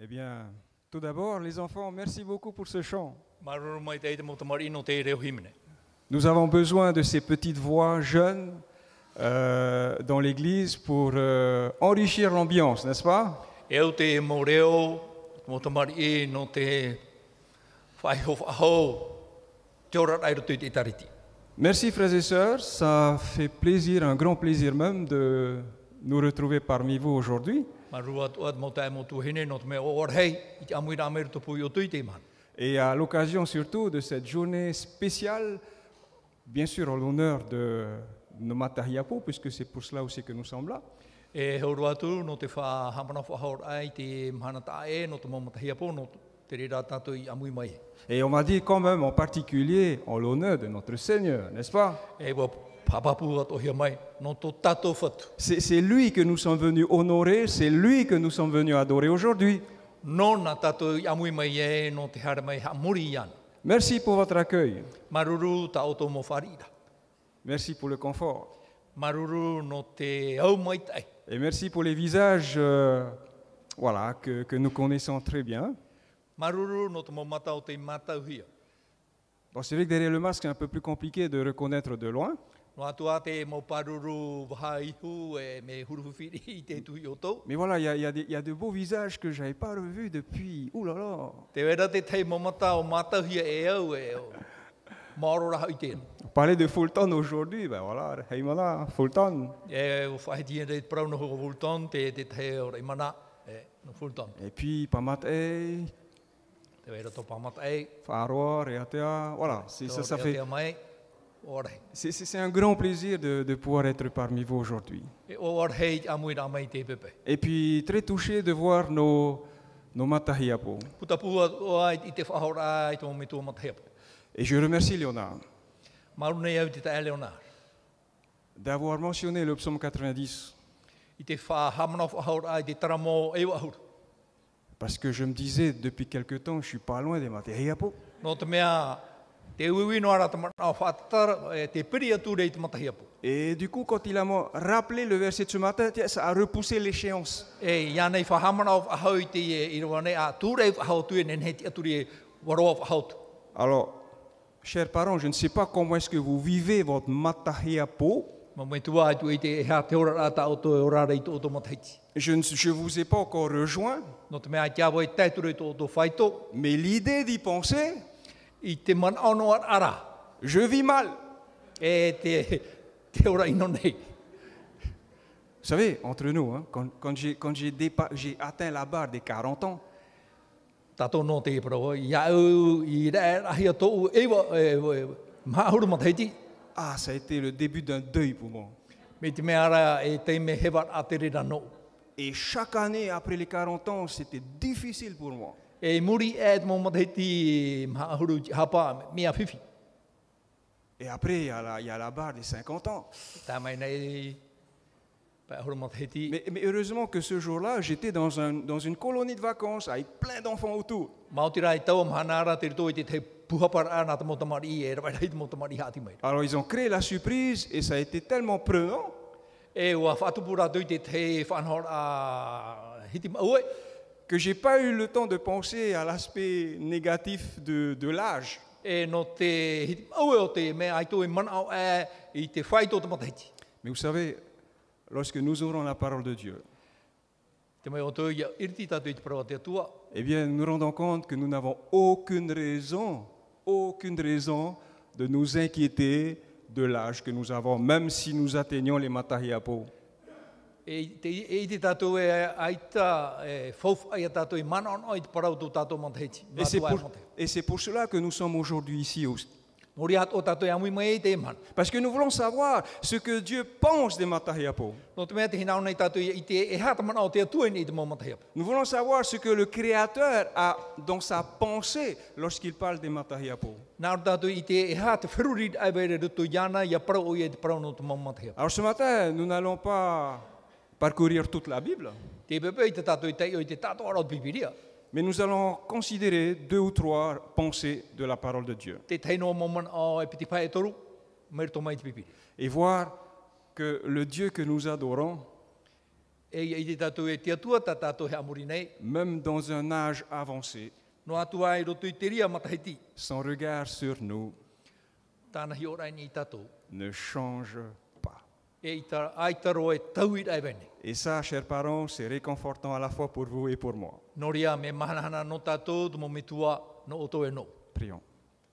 Eh bien, tout d'abord, les enfants, merci beaucoup pour ce chant. Maruru mai te ite mo te mari ino te reo himene. Nous avons besoin de ces petites voix jeunes euh, dans l'Église pour euh, enrichir l'ambiance, n'est-ce pas Eu E te mo reo, mo te mari i no te whai ho whahau, te ora rairo tui te itariti. Merci frères et sœurs, ça fait plaisir, un grand plaisir même de nous retrouver parmi vous aujourd'hui. Maruru atu at mo tae mo tuhine no te mea o or hei, i te amui rā meru te pui o tui te man. Et à l'occasion surtout de cette journée spéciale, bien sûr en l'honneur de Nomata Hiapo, puisque c'est pour cela aussi que nous sommes là. E horu atu no te wha hamana whahau ai te mhana ta e, no te mamatahia po, no te re rā tātou i amui mai. Et on m'a dit quand même en particulier en l'honneur de notre Seigneur, n'est-ce pas E wa papapu atu hia mai, no tō tātou whatu. C'est c'est lui que nous sommes venus honorer, c'est lui que nous sommes venus adorer aujourd'hui. Nōna tātou i amui mai e, no te hara mai ha muri i ana. Merci pour votre accueil, Maruru ta oto mo wharira. merci pour le confort Maruru no te au mai tai. et merci pour les visages euh, voilà, que, que nous connaissons très bien. Maruru no te momata o te matau hia. Bon, c'est vrai que derrière le masque, c'est un peu plus compliqué de reconnaître de loin, No atua te mo paruru waha ihu e me huruwhiri i te tuhi o tau. mais voilà, il y a- il y, a des- il y a de beaux visages que je n'avais pas revus depuis. Ouh là là Te wera te tei momata o matau hia e au e au. Maoro raha i tēnu. On parlait de Fulton aujourd'hui, ben voilà, Heimala, Fulton. E o whahiti e rei prauna ho Fulton, te te tei o rei mana, e no Fulton. Et puis Pamatei, Te wera tō pamata e, Faroa, Reatea, voilà, c'est, te ça, o ça rea fait, te mai, o rei. c'est, c'est- c'est un grand plaisir de, de pouvoir être parmi vous aujourd'hui. E o rei amui rā mai te pepe. Et puis très touché de voir nos, nos Matahiapo. Puta pua o ai i te whahora ai tō me tō matahepa. Et je remercie Léonard Marunei au te tae leona. d'avoir mentionné le psaume 90, I te whahamana whahora ai te taramo e wahuru. parce que je me disais depuis quelque temps, je suis pas loin des Matahiapo. Nō te mea te uiwi no ara te mana whatara e te piri atu rei te matahiapu. Et du coup, quand il a mo- rappelé le verset de ce matin, tiens, ça a repoussé l'échéance. E ianei whahamana o whahau i te e i roa nei a tūrei whahau tu e nenei te aturi e waroa whahau tu. Alors, chers parents, je ne sais pas comment est-ce que vous vivez votre Matahiapo. Ma mui tua ai tu i te e hea te ora rata o tō e ora rei tō tō matahiti. Je ne je vous ai pas encore rejoint, Nō te mea i te awa i te tūrei tō tō whaito mais l'idée d'y penser, i te mana ono ar ara je vis mal. Vous e te, te ora ino nei. savez, entre nous, hein, quand, quand j'ai, quand j'ai dépa- j'ai atteint la barre des 40 ans, Tātou nō te iparo, ia au i rei rahi atou ewa, ewa, ewa, e mahuru mataiti, ah, ça a été le début d'un deuil pour moi. me te mea ara e te me hewa a te rira nō. Et chaque année après les 40 ans, c'était difficile pour moi. E muri e te mō mataiti mahuru hapa mea whiwhi. Et après, il y, a la- il y a la barre des 50 ans. Tā mai nei, mahuru mataiti, Mais, mais heureusement que ce jour-là, j'étais dans, un- dans une colonie de vacances avec plein d'enfants autour. maotira i tau mahana ara te rito i te te puhapara ana te mō tamari e rawai rei te mō tamari hāti mai. Alors ils ont créé la surprise et ça a été tellement prenant E ua whatupura tui te te whanhor a hiti e, maue, que j'ai pas eu le temps de penser à l'aspect négatif de, de l'âge. e no te hiti maue o te mea ai tō e mana au e i te whaito te mataiti. Mais vous savez, lorsque nous aurons la parole de Dieu, Te mai o tō ia iriti tātou i te parawa te atua, eh bien nous nous rendons compte que nous n'avons aucune raison, aucune raison de nous inquiéter de l'âge que nous avons, même si nous atteignons les Matahiapo. e i te, e i te tātou e aita e fōwha ai a tātou i mana ono i te parawa tō tātou mantahiti. Et c'est pour, et c'est pour cela que nous sommes aujourd'hui ici aussi. Nori ato o tātou e amui mai e te mana. Parce que nous voulons savoir ce que Dieu pense des Matahiapo. No te mea te hina ona i tātou i te e hata mana o te atua ni i te mau matahiapa. Nous voulons savoir ce que le Créateur a dans sa pensée lorsqu'il parle des Matahiapo. Nā o tātou i te e hata whiruri ai bere ruto i ana i a parawa o i te parawa no te mau matahiapa. Alors ce matin, nous n'allons pas parcourir toute la Bible, Te pepe i te tātou i te i te tātou ara o te pipiria. mais nous allons considérer deux ou trois pensées de la parole de Dieu Te teino mau mana o e piti pai e toru, meri tō mai i te pipiri. et voir que le Dieu que nous adorons, E ia i te tātou e te atua, tā tātou he amuri nei. Même dans un âge avancé, No atua ai roto i te ria matahiti. son regard sur nous Tāna hi ora ni i tātou. ne change pas. E i tā, ai taro e tau i rai bene. Et ça, chers parents, c'est réconfortant à la fois pour vous et pour moi. No rea me manahana no tātou, tumo me tua no oto e no. Prions.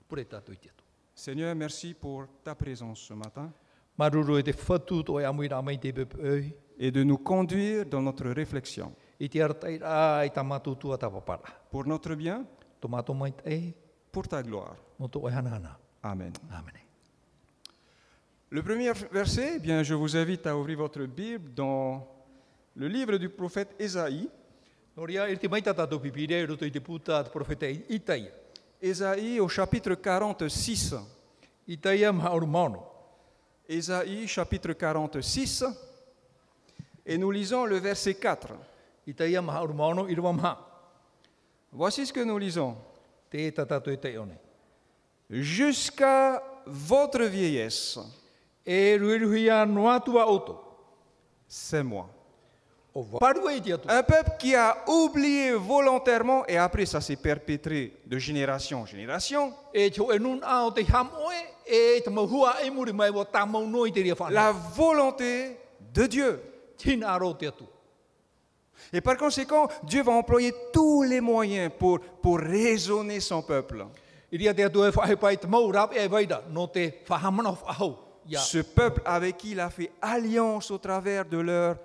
Pure tātou i te atua. Seigneur, merci pour ta présence ce matin Maruru e te whatu to e amui rā mai te pepei. et de nous conduire dans notre réflexion I te aratai rā i tā mātou tua tā papara. pour notre bien, Tō mātou mai te pour ta gloire. no tō e hanahana. Amen. Āmene. Le premier verset, eh bien, je vous invite à ouvrir votre Bible dans le livre du prophète Ésaïe, No rea e te mai tā tātou pipire, e roto i te puta at profeta i- Itaia. Ésaïe au chapitre 46. Itaia maoru maono. Ésaïe chapitre 46 et nous lisons le verset 4. Itaia maoru maono i rua maha. Voici ce que nous lisons. Te e tā tātou e te one. Jusqu'à votre vieillesse, E ruiruhi a noa tua oto. c'est moi. O paru e te atu. Un peuple qui a oublié volontairement et après ça s'est perpétré de génération en génération. E te e nun a o te ham oe, e te mahua e muri mai wa tā mau noi te rea La whana. volonté de Dieu. Tina aro te atu. Et par conséquent, Dieu va employer tous les moyens pour, pour raisonner son peuple. I ria te atu e whahe pai te mau rap e waida, no te whahamana o whahau. Ia, Ce peuple avec qui il a fait alliance au travers de leur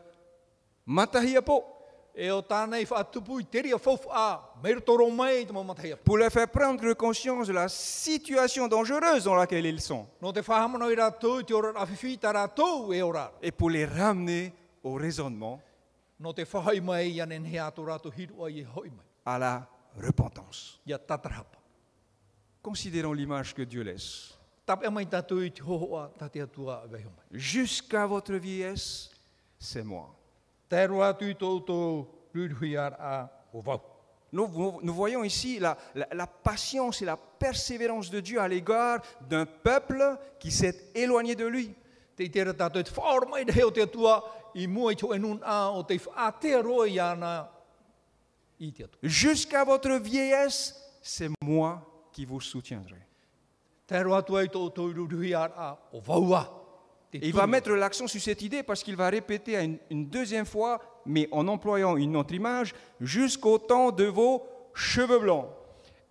matahiapo. e o tāna i whaatupu i te rea fofu a, meru toro mai te mamatai apu. pour leur faire prendre conscience de la situation dangereuse dans laquelle ils sont No te whahamana i rātou, te ora awhiwhi tā rātou e ora. et pour les ramener au raisonnement, No te whahai mai i anen he ato rātou hiru ai e hoi mai. à la repentance. Ia tatarapa. Considérons l'image que Dieu laisse. Tap e mai tātou i te hoho a, tā te atua e waiho mai. Jusqu'à votre vieillesse, c'est moi. Tērua tū tōtou rūruhi ar a o vau. Nous, vo- nous voyons ici la, la- la patience et la persévérance de Dieu à l'égard d'un peuple qui s'est éloigné de lui. Te i tērā tātou te whaora mai te heo te atua i mua i tō enun a o te whaateroa i ana i te atua. Jusqu'à votre vieillesse, c'est moi qui vous soutiendrai. Tērua tū ai tōtou rūruhi ar a o vaua. Te Et il va tū. mettre l'accent sur cette idée parce qu'il va répéter à une, une deuxième fois, mais en employant une autre image, jusqu'au temps de vos cheveux blancs.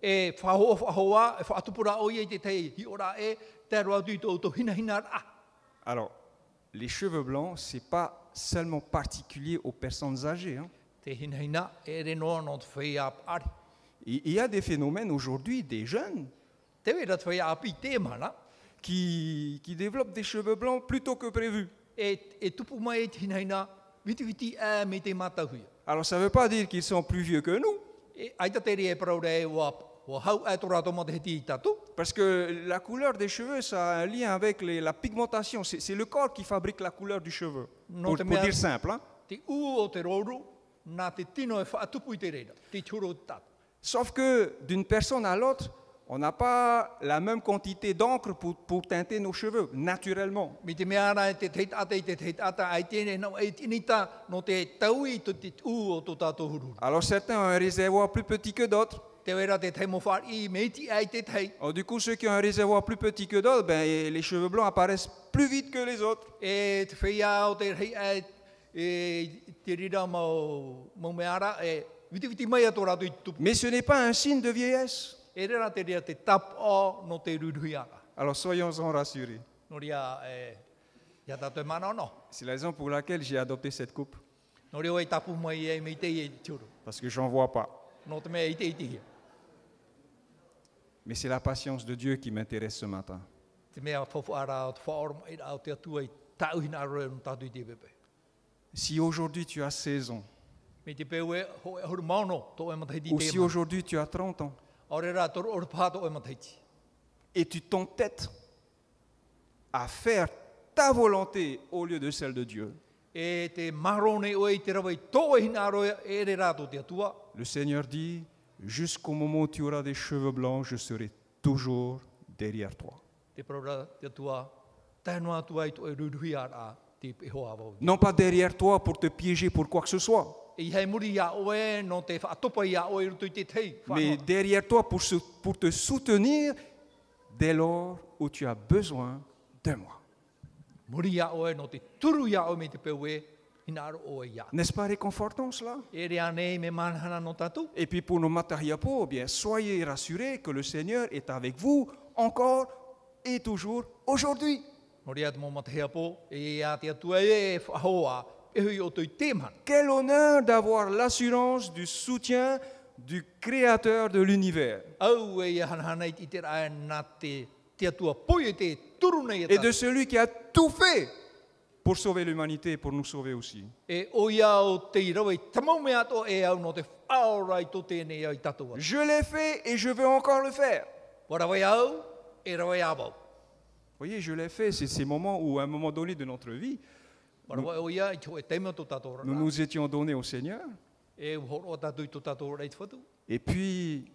E whahoa whahoa, e whaatupura o i te tei hi ora e, tērua tū tōtou hina hina ar a. Alors, les cheveux blancs, ce n'est pas seulement particulier aux personnes âgées. hein. Te hina hina e re noa no te whai a ari. Il il y a des phénomènes aujourd'hui, des jeunes, Te wera te whai a api te mana, qui, qui développent des cheveux blancs plus tôt que prévu. e, e tupu mai e te hina hina, viti viti a me te matahuia. Alors, ça ne veut pas dire qu'ils sont plus vieux que nous, E, ai te tere e paraura e wā, wā hau e tō rātou mā te hiti i tātou. parce que la couleur des cheveux, ça a un lien avec les- la pigmentation. C'est c'est le corps qui fabrique la couleur du cheveu, Non, pour, t'es pour bien. dire simple. hein. Te u o te rōru, nā te tino e whaatupu i te reira, te tūro i tātou. Sauf que d'une personne à l'autre, on n'a pas la même quantité d'encre pour, pour teinter nos cheveux, naturellement. Mi te mea ara e te teit ata i te teit ata, ai tēne nau e tinita, no te tau i tō te u o tō tātou hururu. Alors certains ont un réservoir plus petit que d'autres. Te wera te tei mo whār i, me iti ai te tei, Alors, du coup, ceux qui ont un réservoir plus petit que d'autres, ben, et les cheveux blancs apparaissent plus vite que les autres. e te whia o te rei ai, e te rira mau, mau mea ara, e viti viti mai a tō rātou i tupu. Mais ce n'est pas un signe de vieillesse. E rera te rira te tap o no te rurui ara. Alors soyons-en rassurés. No ria, e, ia tātou e mana ono. C'est la raison pour laquelle j'ai adopté cette coupe, No ria oi tapu mai e mei te i e tiuru. parce que j'en vois pas. No te mea i te i tihia. Mais c'est la patience de Dieu qui m'intéresse ce matin. Te mea fofu ara o te whaoro mai ra o te atua i tau hina aroe no tātou i te pepe. Si aujourd'hui tu as 16 ans, Me te peu e ho e horu maono tō e mataiti ou te si mana. aujourd'hui tu as 30 ans, Aore rā tōru oru pā tō e mataiti. et tu t'entêtes à faire ta volonté au lieu de celle de Dieu, E te marone oe i te rawa i tō e hina aroe e re rā tō te atua. le Seigneur dit, jusqu'au moment où tu auras des cheveux blancs, je serai toujours derrière toi. Te praura te atua. Tēnua atua i tō e ruruhi ara. ti pe hoa vau. non pas derrière toi pour te piéger pour quoi que ce soit, E hei muri ia oe, no te whaatopa ia oe rutu i te tei. mais whānau. derrière toi pour, se- pour te soutenir dès lors où tu as besoin de moi. Muri ia oe, no te turu ia oe me te peue, hina aro oe ia. N'est-ce pas réconfortant cela E rea nei me manhana no tatu. Et puis pour nos matariapos, eh bien soyez rassurés que le Seigneur est avec vous encore et toujours aujourd'hui. No rea te mō matahea pō, e ia te atua e e whahoa, e hui o tui tēmana. Quel honneur d'avoir l'assurance du soutien du Créateur de l'univers Au e ia hanahana i te rae nā te, te atua poi e te turu nei e et de tatu. celui qui a tout fait pour sauver l'humanité et pour nous sauver aussi. E o ia o te irawe, tamau mea to e au no te whaorai tō tēnei au i tatua. Je l'ai fait et je veux encore le faire. Warawai au, e rawai abau. Vous voyez, je l'ai fait, c'est ces moments où, à un moment donné de notre vie, Warawai o ia, i tō e teima tō tātou nous rana. nous étions donnés au Seigneur. E uhoro o tātou i tō tātou rei te whatu. Et puis,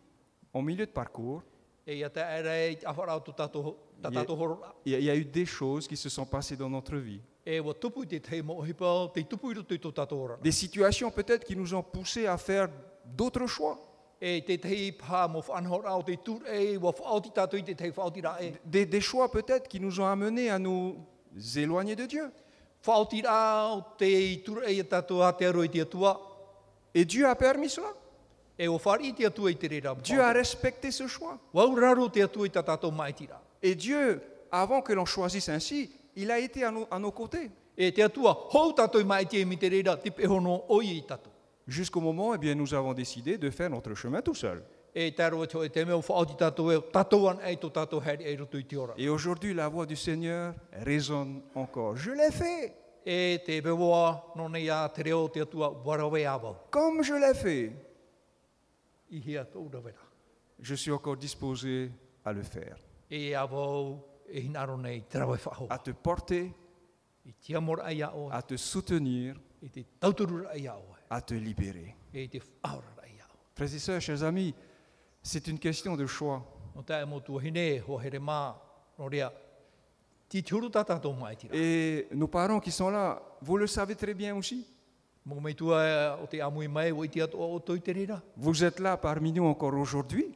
en milieu de parcours, E ia te aere i te awhara o tō tātou, tā Ie. tātou horora. il y a- il y a eu des choses qui se sont passées dans notre vie. E wa tupu i te teima o hipau, te tupu i roto i tō tātou rana. Des situations peut-être qui nous ont poussés à faire d'autres choix. E te tehi pā mō whanhora o te tūr e, wa whaoti tātou i te tehi whaoti rā e. Des, des choix peut-être qui nous ont amenés à nous éloigner de Dieu. Whaoti rā o te tūr e i tātou a te aro i te atua. Et Dieu a permis cela. E o whari i te atua i te rera. Dieu a respecté ce choix. Wau raro te atua i tā tātou mai ti rā. Et Dieu, avant que l'on choisisse ainsi, il a été à nos, à nos côtés. E te atua, hou tātou i mai te e mi te rera, te pehono oi i tātou. Jusqu'au moment, eh bien, nous avons décidé de faire notre chemin tout seul. E te aro e tō e te mea, o whaoti tātou e, tātou an e tō tātou heri e roto i te ora. Et aujourd'hui, la voix du Seigneur résonne encore. Je l'ai fait, E te bewoa, no nei a te reo te atua, warawe awau. comme je l'ai fait. I hea tō rawera. Je suis encore disposé à le faire, E awau, e hinaro nei, te rawe whaho. à te porter, I tia mora ai a oa, à te soutenir, i te tauturura ai a oa, à te libérer. e te whaorara ai a oa. Frères et sœurs, chers amis, c'est une question de choix. No tae mo tua hine, ho here mā, no rea, ti tiuru tā tātou mai E- tira. Et nos parents qui sont là, vous le savez très bien aussi. Mō mei tua eh, o te amui mai, o i te atoa o toi te rira. Vous êtes là parmi nous encore aujourd'hui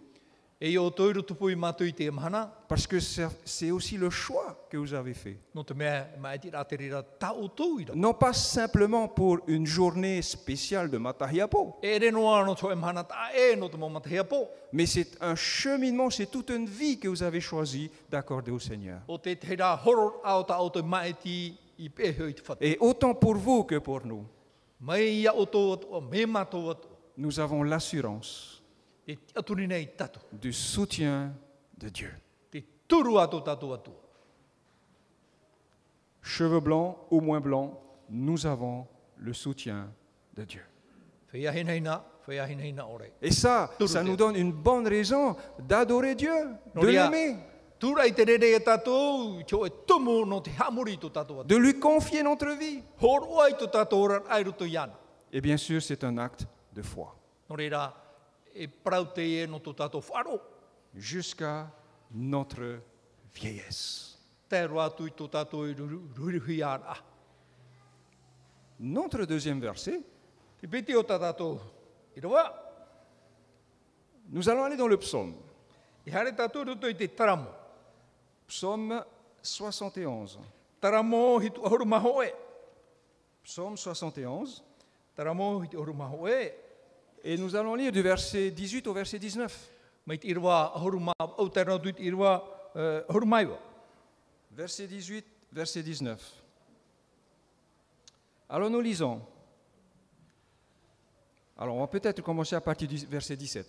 E i o toi rutupu i mātou i te mahana, parce que c'est c'est aussi le choix que vous avez fait. no te mea mai tira te rira, tā o toi ira. Non pas simplement pour une journée spéciale de Matahiapo, E re noa no toi mahana, tā e no te mō matahea pō. mais c'est un cheminement, c'est toute une vie que vous avez choisi d'accorder au Seigneur. O te te rā horor ao tā o toi mai ti i pēheu i te whatu. Et autant pour vous que pour nous, Mai ia o tō atua, me mātou atua, nous avons l'assurance te aturi nei tatu. du soutien de Dieu. te turu atu tatu atu. Cheveux blancs ou moins blancs, nous avons le soutien de Dieu. Whea hinei nā, whea hinei nā ore. Et ça, Tout ça le nous temps. donne une bonne raison d'adorer Dieu, de Noria. l'aimer, Tūra i te rere e tatu, tō e tumu no te hamuri tō tatu atu. de lui confier notre vie. Horo ai tō tatu ora ai ruto iana. Et bien sûr, c'est un acte de foi. No reira, e parau te e no tō tatu wharo. Jusqu'à notre vieillesse. Te roa atu i tō tatu i rurihui ara. Notre deuxième verset, Te piti o tā tatu. I roa, nous allons aller dans le psaume. i hare tatu ruto i te taramo. Psaume 71. Taramo hi tu ahuru maho e. Psaume 71. Taramo hi tu ahuru maho e. Et nous allons lire du verset 18 au verset 19. Mai te irwa ahuru maho, au te rau tui te irwa eh, ahuru maiwa. Verset 18, verset 19. Alors nous lisons. Alors on va peut-être commencer à partir du verset 17.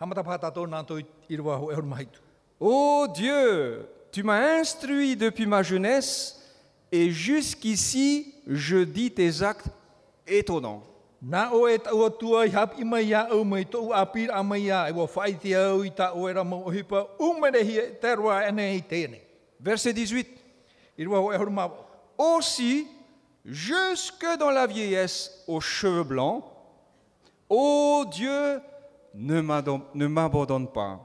Hamata pātātou nātou i rua ho e horu mahi tu. Ô Dieu, tu m'as instruit depuis ma jeunesse et jusqu'ici je dis tes actes étonnants. Nā o e tau atua i hap i mai a au mai tōu apir a mai a e wa whai te au i tā o e rama o hipa umerehi e te rua e nei i tēnei. Verset 18. I rua ho e horu mahi. Aussi, jusque dans la vieillesse aux cheveux blancs, ô Dieu, ne m'adon- ne m'abandonne pas,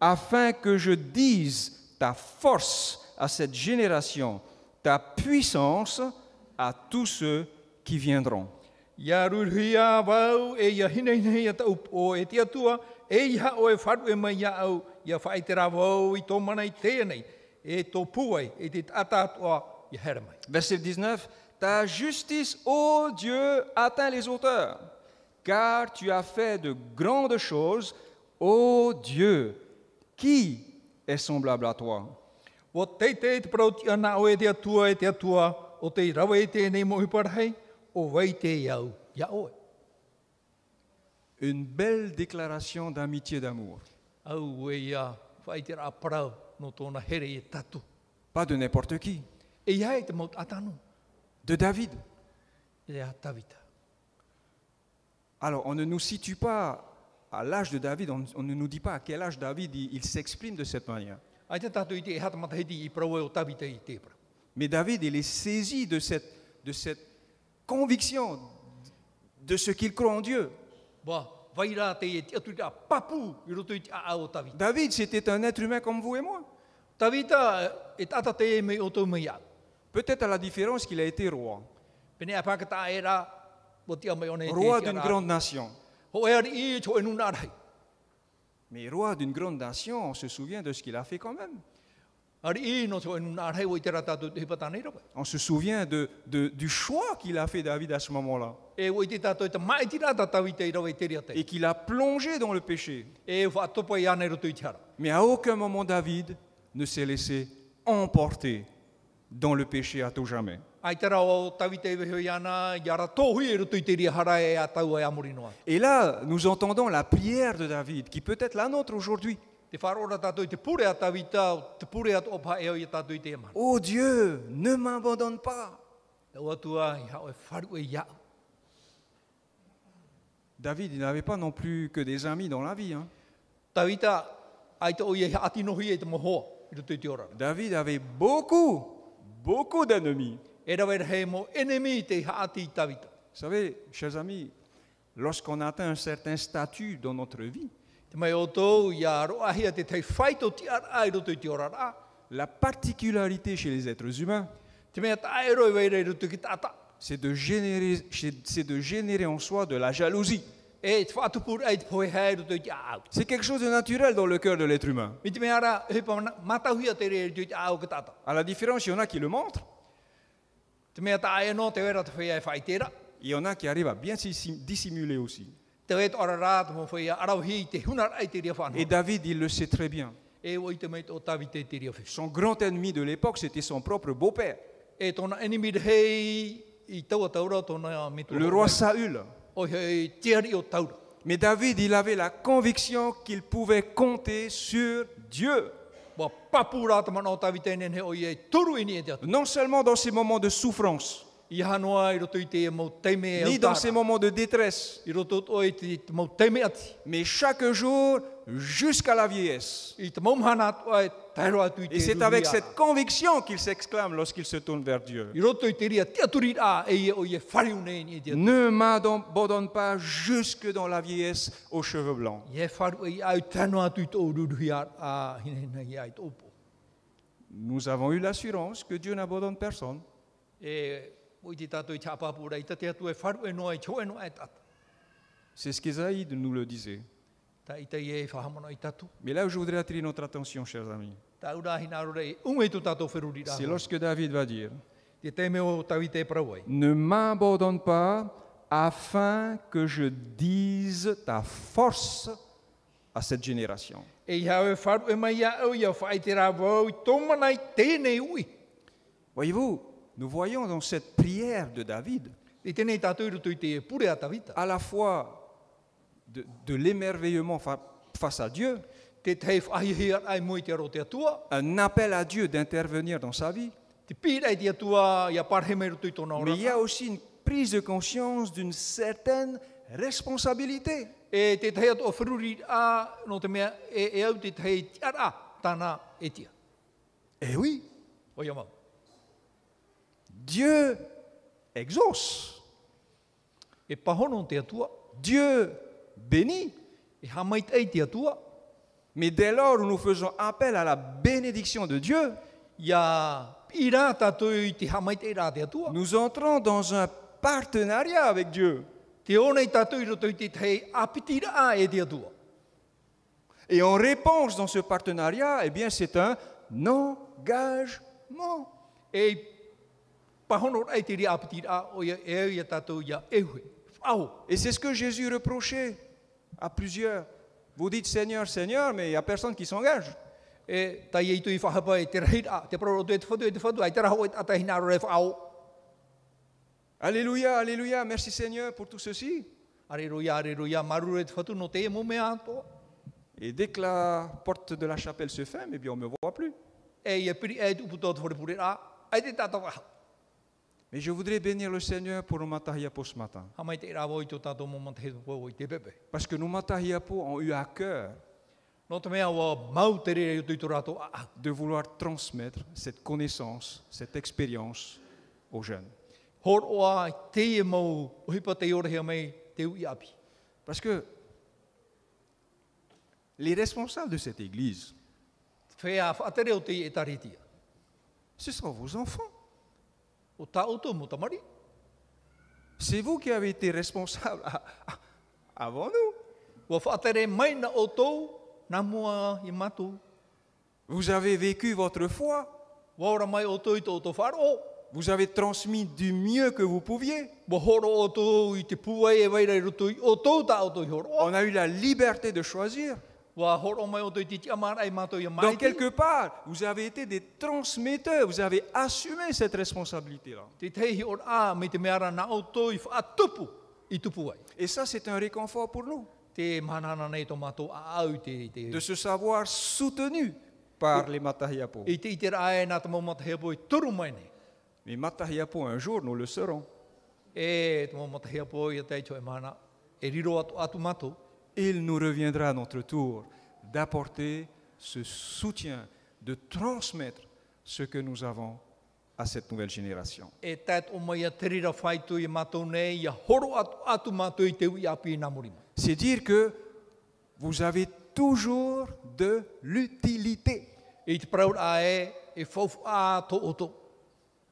afin que je dise ta force à cette génération, ta puissance à tous ceux qui viendront. Ia ruria wau e ia hine hine ia tau o e tia tua, e iha o e whatu e mai ia au, ia whaitera wau i tō mana i tēnei, e tō puai, e te atatoa i here mai. Verset 19, Ta justice, ô Dieu, atteint les auteurs, car tu as fait de grandes choses, ô Dieu, qui est semblable à toi Wo teitei te parauti ana o e tia tua e tia tua, o te i rawa e tēnei mo hiparahei, o wei te iau, ia oe. Une belle déclaration d'amitié et d'amour. Au e ia whaitera a parau no tōna here e tatu. Pas de n'importe qui, E ia e te maut atanu, de David. e a tavita. Alors, on ne nous situe pas à l'âge de David, on, on ne nous dit pas à quel âge David il- il s'exprime de cette manière. Ai te tatu i te e hata matahiti i parau e o tavita i te parau. Mais David, il est saisi de cette, de cette conviction de ce qu'il croit en Dieu. Wa, vai rā te e te atu i te a papu i roto i te a ao tavita. David, c'était un être humain comme vous et moi. Tavita e tata te e mei o tō mei au. Peut-être à la différence qu'il a été roi, Pene a pākata e rā, o te amai one e te roi te d'une rā. grande nation. Ho e ari i cho e nuna arai. Mais roi d'une grande nation, on se souvient de ce qu'il a fait quand même. Ari i no cho e nuna arai o i te rā tātou te hipa tānei rau. On se souvient de, de- du choix qu'il a fait David à ce moment-là E o i te tātou i te mai ti rā tātou i te rau e te ria te. et qu'il a plongé dans le péché. E wha atopa i ane roto i te hara. Mais à aucun moment David ne s'est laissé emporter dans le péché à tout jamais. Ai te rau o tavita i weho i ana, i ara tōhui e roto i te ria hara e a tau e amuri noa. Et là, nous entendons la prière de David, qui peut être la nôtre aujourd'hui. Te whārora tātou i te pure a tavita, te pure a tōpa e o i tātou i te emana. Ô Dieu, ne m'abandonne pas. Tau atua i hao e wharu e iau. David, il n'avait pas non plus que des amis dans la vie. hein. Tavita, ai te oia ati nohi e te mohoa, i roto i te orara. David avait beaucoup, beaucoup d'ennemis. E rawe rahe mo enemi te haati i tavita. Vous savez, chers amis, lorsqu'on atteint un certain statut dans notre vie, Te mai o tōu i a roahia te tei whaito ti ara ai roto i te orara. la particularité chez les êtres humains, Te mea ta e roi weire i roto ki tata. c'est de générer, c'est de générer en soi de la jalousie. E te whaatupur ai te poe hei roto i te aau. C'est quelque chose de naturel dans le cœur de l'être humain. Mi te mea ara, he pa matauhia te re roto i te aau ki tata. À la différence, il y en a qui le montrent. Te mea ta e no te wera te whea e whaitera. Il y en a qui arrivent à bien s'y- dissimuler aussi. Te wea te orara te mo whea arauhi i te hunar ai te ria Et whanua. David, il le sait très bien. E o i te mea o tavita i te ria whisu. Son grand ennemi de l'époque, c'était son propre beau-père, E tōna enemi hei i taua taura tōna mitu. le roi Saül. O hei tiari o taura. Mais David, il avait la conviction qu'il pouvait compter sur Dieu. Wa papu rā te mana o tavitene he o i e turu ini e te atu. Non seulement dans ces moments de souffrance, I hanoa i roto i te mau teime e ni dans ces autara. moments de détresse, I roto o i te mau teime ati. mais chaque jour jusqu'à la vieillesse. I te mau mhana atu ai tairo atu i te Et c'est avec ruia. cette conviction qu'il s'exclame lorsqu'il se tourne vers Dieu. I roto i te ria te aturi rā e i e o i e whariu nei ni e te atu. Ne m'abandonne pas jusque dans la vieillesse aux cheveux blancs. I e wharu e i au tano atu i tō ruruhi a a hine hine i ai tō pō. Nous avons eu l'assurance que Dieu n'abandonne personne. E o i te tātou i tāpapu rā i tate atu e wharu e noa i cho e noa e tata. C'est ce qu'Ésaïe nous le disait. Ta i te e whahamana i tatu. Mais là où je voudrais attirer notre attention, chers amis, Ta ura hina rore e unga i tō tātou wheruri rā. c'est lorsque David va dire Te teme o tawi te parawai. Ne m'abandonne pas afin que je dise ta force à cette génération. E ia e wharu e mai a au ia whai te rā wau i tō manai tēnei ui. Voyez-vous, nous voyons dans cette prière de David E tēnei tātou i rutu i te pure a tawita. à la fois de, de l'émerveillement fa- face à Dieu, Te tei whahihi ai mui te aro te atua. un appel à Dieu d'intervenir dans sa vie, Te pīrai te atua ia parhe mai rutu i tōna mais ora. il y a aussi une prise de conscience d'une certaine responsabilité. E te tei atua whiruri a no te mea e, e au te tei tiara tāna e tia. Eh oui, O ia mau. Dieu exauce, E pahono te atua. Dieu bénit, E hamait ei te atua. mais dès lors où nous faisons appel à la bénédiction de Dieu, ia ira tātou i te hamaite rā te atua. Nous entrons dans un partenariat avec Dieu. Te onei tātou i roto i te tei apitira a e te atua. Et en réponse dans ce partenariat, eh bien, c'est un engagement. E pahono rai te rea apitira a o ia e ia tātou ia ewe. Whao, Et c'est ce que Jésus reprochait à plusieurs. Vous dites Seigneur, Seigneur, mais il n'y a personne qui s'engage. e tai e tui whahapa e te rahira, te paroro te whatu e te whatu, ai te raho e te atahi nā rore whao. Alléluia, Alléluia, merci Seigneur pour tout ceci. Areruia, areruia, maruru e te whatu no te e mō mea atoa. Et dès que la porte de la chapelle se ferme, eh bien, on ne me voit plus. E ia piri e te uputoa te whorepure rā, ai te tātou waha. Mais je voudrais bénir le Seigneur pour nos matahiapos ce matin. Hamai te rāwa i tō tātou mō mante he tupua o i te pepe. Parce que nos matahiapos ont eu à cœur Nō te mea wā mau te rere i tui tō rātou a a. de vouloir transmettre cette connaissance, cette expérience aux jeunes. Hor oa te e mau ohipa te orehea mei te ui api. Parce que les responsables de cette église, Whea whaatere o te e taritia. ce sont vos enfants. O tā oto mō tamari. C'est vous qui avez été responsables à- à- avant nous. Wa whaatere mai na o tou, nā mua i matu. Vous avez vécu votre foi. Wa ora mai o tou i tō tō wharo. Vous avez transmis du mieux que vous pouviez. Wa horo o tou i te puai e waira i rutu i o tou tā o tou i horo. On a eu la liberté de choisir. Wa horo mai o tou i te tiamara i matu i a mai. Donc, quelque part, vous avez été des transmetteurs. Vous avez assumé cette responsabilité-là. Te teihi o a me te meara na o tou i whaatupu i tupu ai. Et ça, c'est un réconfort pour nous, Te manana nei tō mātou a au i te, te de se savoir soutenu par les Matahiapo. I te i te rae nā tamo mataheapo i turu mai nei. Mais Matahiapo, un jour, nous le serons. E tamo mataheapo i te tō e mana. E riro atu, atu mātou. Il nous reviendra à notre tour d'apporter ce soutien, de transmettre ce que nous avons à cette nouvelle génération. E tēt o mai a te rira whaitu i mātou nei. Ia horo atu, atu mātou i te ui api i nā morima. C'est dire que vous avez toujours de l'utilité. E te praur a e, e faufu a tō oto.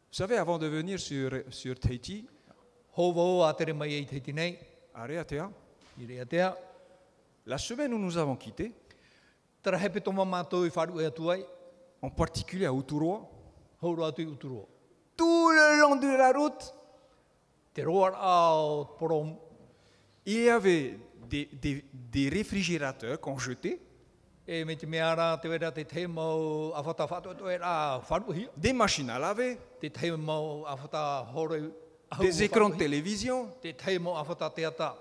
Vous savez, avant de venir sur, sur Tahiti, Hou vau a te re mai e i teiti nei. à Reatea, I rea tea. la semaine où nous avons quitté, Tara hepe tō mātou i wharu e atu ai. en particulier à Uturoa, Horo atu i uturoa. tout le long de la route, Te roar ao porom. il y avait des, des- des réfrigérateurs qu'on jetait, E me te meara te wera te te mau a whata whatu atu e rā wharu hi. des machines à laver, Te tei mau a whata hore au des écrans de whahi. télévision, Te tei mau a whata te ata.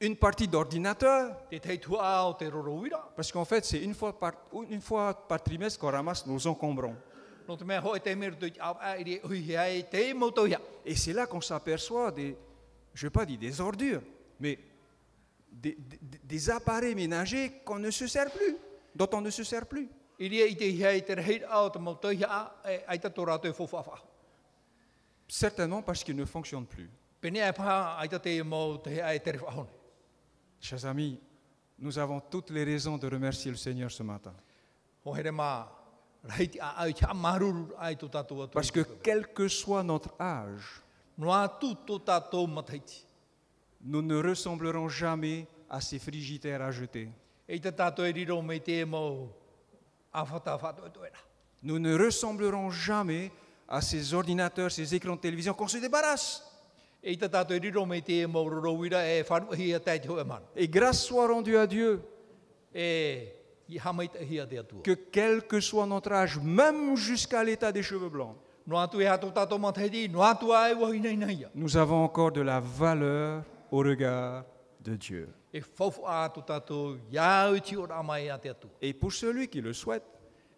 une partie d'ordinateur. Te tei tua ao te roro uira. Parce qu'en fait, c'est une fois, par, une fois par trimestre qu'on ramasse nos encombrants. No te mea hoi te meru tui au a i re hui hea e te mau tau hea. Et c'est là qu'on s'aperçoit des, je n'ai pas dit des ordures, mais des, des- des appareils ménagers qu'on ne se sert plus, dont on ne se sert plus. I rea i te hea i te rehir ao te mau tau hea e aita tō rātou e whawhawha. Certainement parce qu'ils ne fonctionnent plus. Pene e paha aita te mau te hea e te rewhahone. Chers amis, nous avons toutes les raisons de remercier le Seigneur ce matin. Ho here mā reiti a au te a maruru ai tō tātou atu. Parce que quel que soit notre âge, Noa tū tō tātou mataiti. nous ne ressemblerons jamais à ces frigitaires à jeter. E te tātou e riro me te mau a whata whatu e toera. Nous ne ressemblerons jamais à ces ordinateurs, ces écrans de télévision qu'on se débarrasse. E te tātou e riro me te mau rorowira e whanu hi a tēti hoa mana. Et grâce soit rendue à Dieu E i hamai te hi a te atua. que quel que soit notre âge, même jusqu'à l'état des cheveux blancs, No atu e hatu tātou mataiti, no atu ai wahi nei nei ia. nous avons encore de la valeur au regard de Dieu. E whaufu a atu tātou iau ti ora mai e a te atua. Et pour celui qui le souhaite,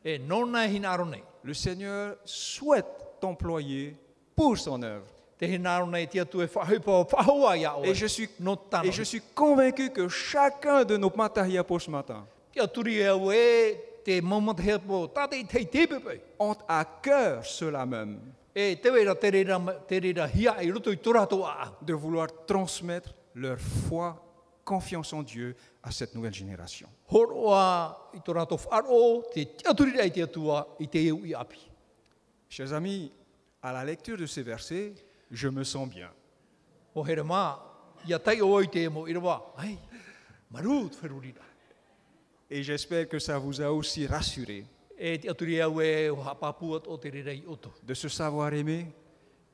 E nona e hinaro nei. le Seigneur souhaite t'employer pour son œuvre. Te hinaro nei te atua e whahaupa o whahoa ia oe. Et je suis, No tano. et je suis convaincu que chacun de nos matahiapos ce matin Te aturi e oe te maumatahi apo tātei tei te pepe. ont à cœur cela même, E te wera te reira, te reira hia i roto i tō rātou a au. de vouloir transmettre leur foi confiance en Dieu à cette nouvelle génération. Horoa i tō rātou wharo, te tiaturira i te atua, i te eu i api. Chers amis, à la lecture de ces versets, je me sens bien. O here mā, ia tai o oi te emo i rawa, ai, maru te wherurira. Et j'espère que ça vous a aussi rassuré E te aturi au e o hapapua o te rerei oto. de se savoir aimé,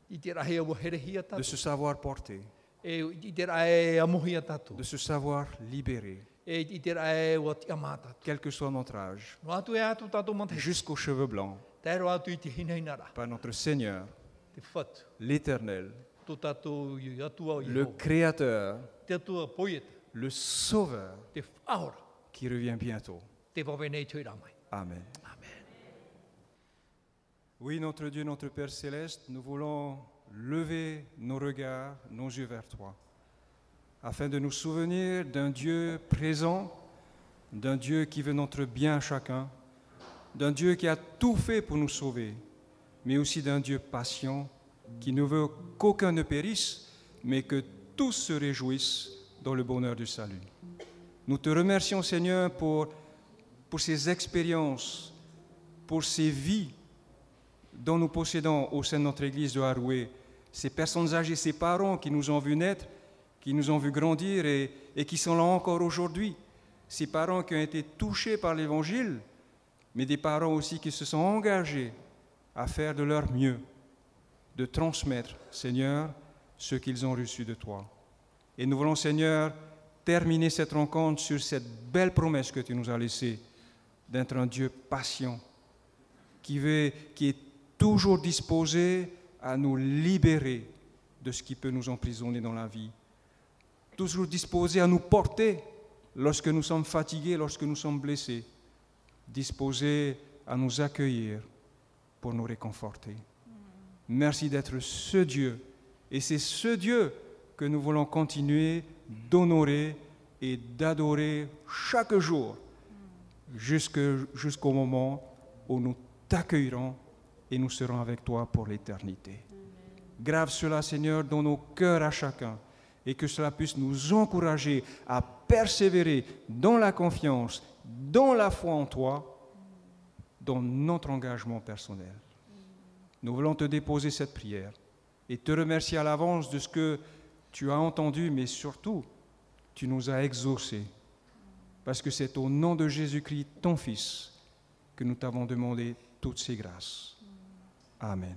I te rahe au herehia de tatu. se savoir porté, E i te rahe amohia tatu. de se savoir libéré, E i te rahe o te amā tatu. quel que soit notre âge, No atu e atu tatu mantai. jusqu'aux cheveux blancs, Tēro atu i te hineinara. par notre Seigneur, Te whatu. l'Éternel, Tō tatu i atua o le Yehova. Créateur, Te atua poieta. le Sauveur, Te whaora. qui revient bientôt. Te wawenei tui rāmai. Amen. Oui, notre Dieu, notre Père céleste, nous voulons lever nos regards, nos yeux vers toi, afin de nous souvenir d'un Dieu présent, d'un Dieu qui veut notre bien à chacun, d'un Dieu qui a tout fait pour nous sauver, mais aussi d'un Dieu patient qui ne veut qu'aucun ne périsse, mais que tous se réjouissent dans le bonheur du salut. Nous te remercions, Seigneur, pour, pour ces expériences, pour ces vies dont nous possédons au sein de notre Église de Haroué, ces personnes âgées, ces parents qui nous ont vus naître, qui nous ont vus grandir et, et qui sont là encore aujourd'hui, ces parents qui ont été touchés par l'Évangile, mais des parents aussi qui se sont engagés à faire de leur mieux, de transmettre, Seigneur, ce qu'ils ont reçu de toi. Et nous voulons, Seigneur, terminer cette rencontre sur cette belle promesse que tu nous as laissée d'être un Dieu patient, qui, veut, qui est toujours disposé à nous libérer de ce qui peut nous emprisonner dans la vie, toujours disposé à nous porter lorsque nous sommes fatigués, lorsque nous sommes blessés, disposé à nous accueillir pour nous réconforter. Merci d'être ce Dieu. Et c'est ce Dieu que nous voulons continuer d'honorer et d'adorer chaque jour jusque- jusqu'au moment où nous t'accueillerons et nous serons avec toi pour l'éternité. Grave cela, Seigneur, dans nos cœurs à chacun et que cela puisse nous encourager à persévérer dans la confiance, dans la foi en toi, dans notre engagement personnel. Nous voulons te déposer cette prière et te remercier à l'avance de ce que tu as entendu, mais surtout, tu nous as exaucés. Parce que c'est au nom de Jésus-Christ, ton Fils, que nous t'avons demandé toutes ces grâces. Amen.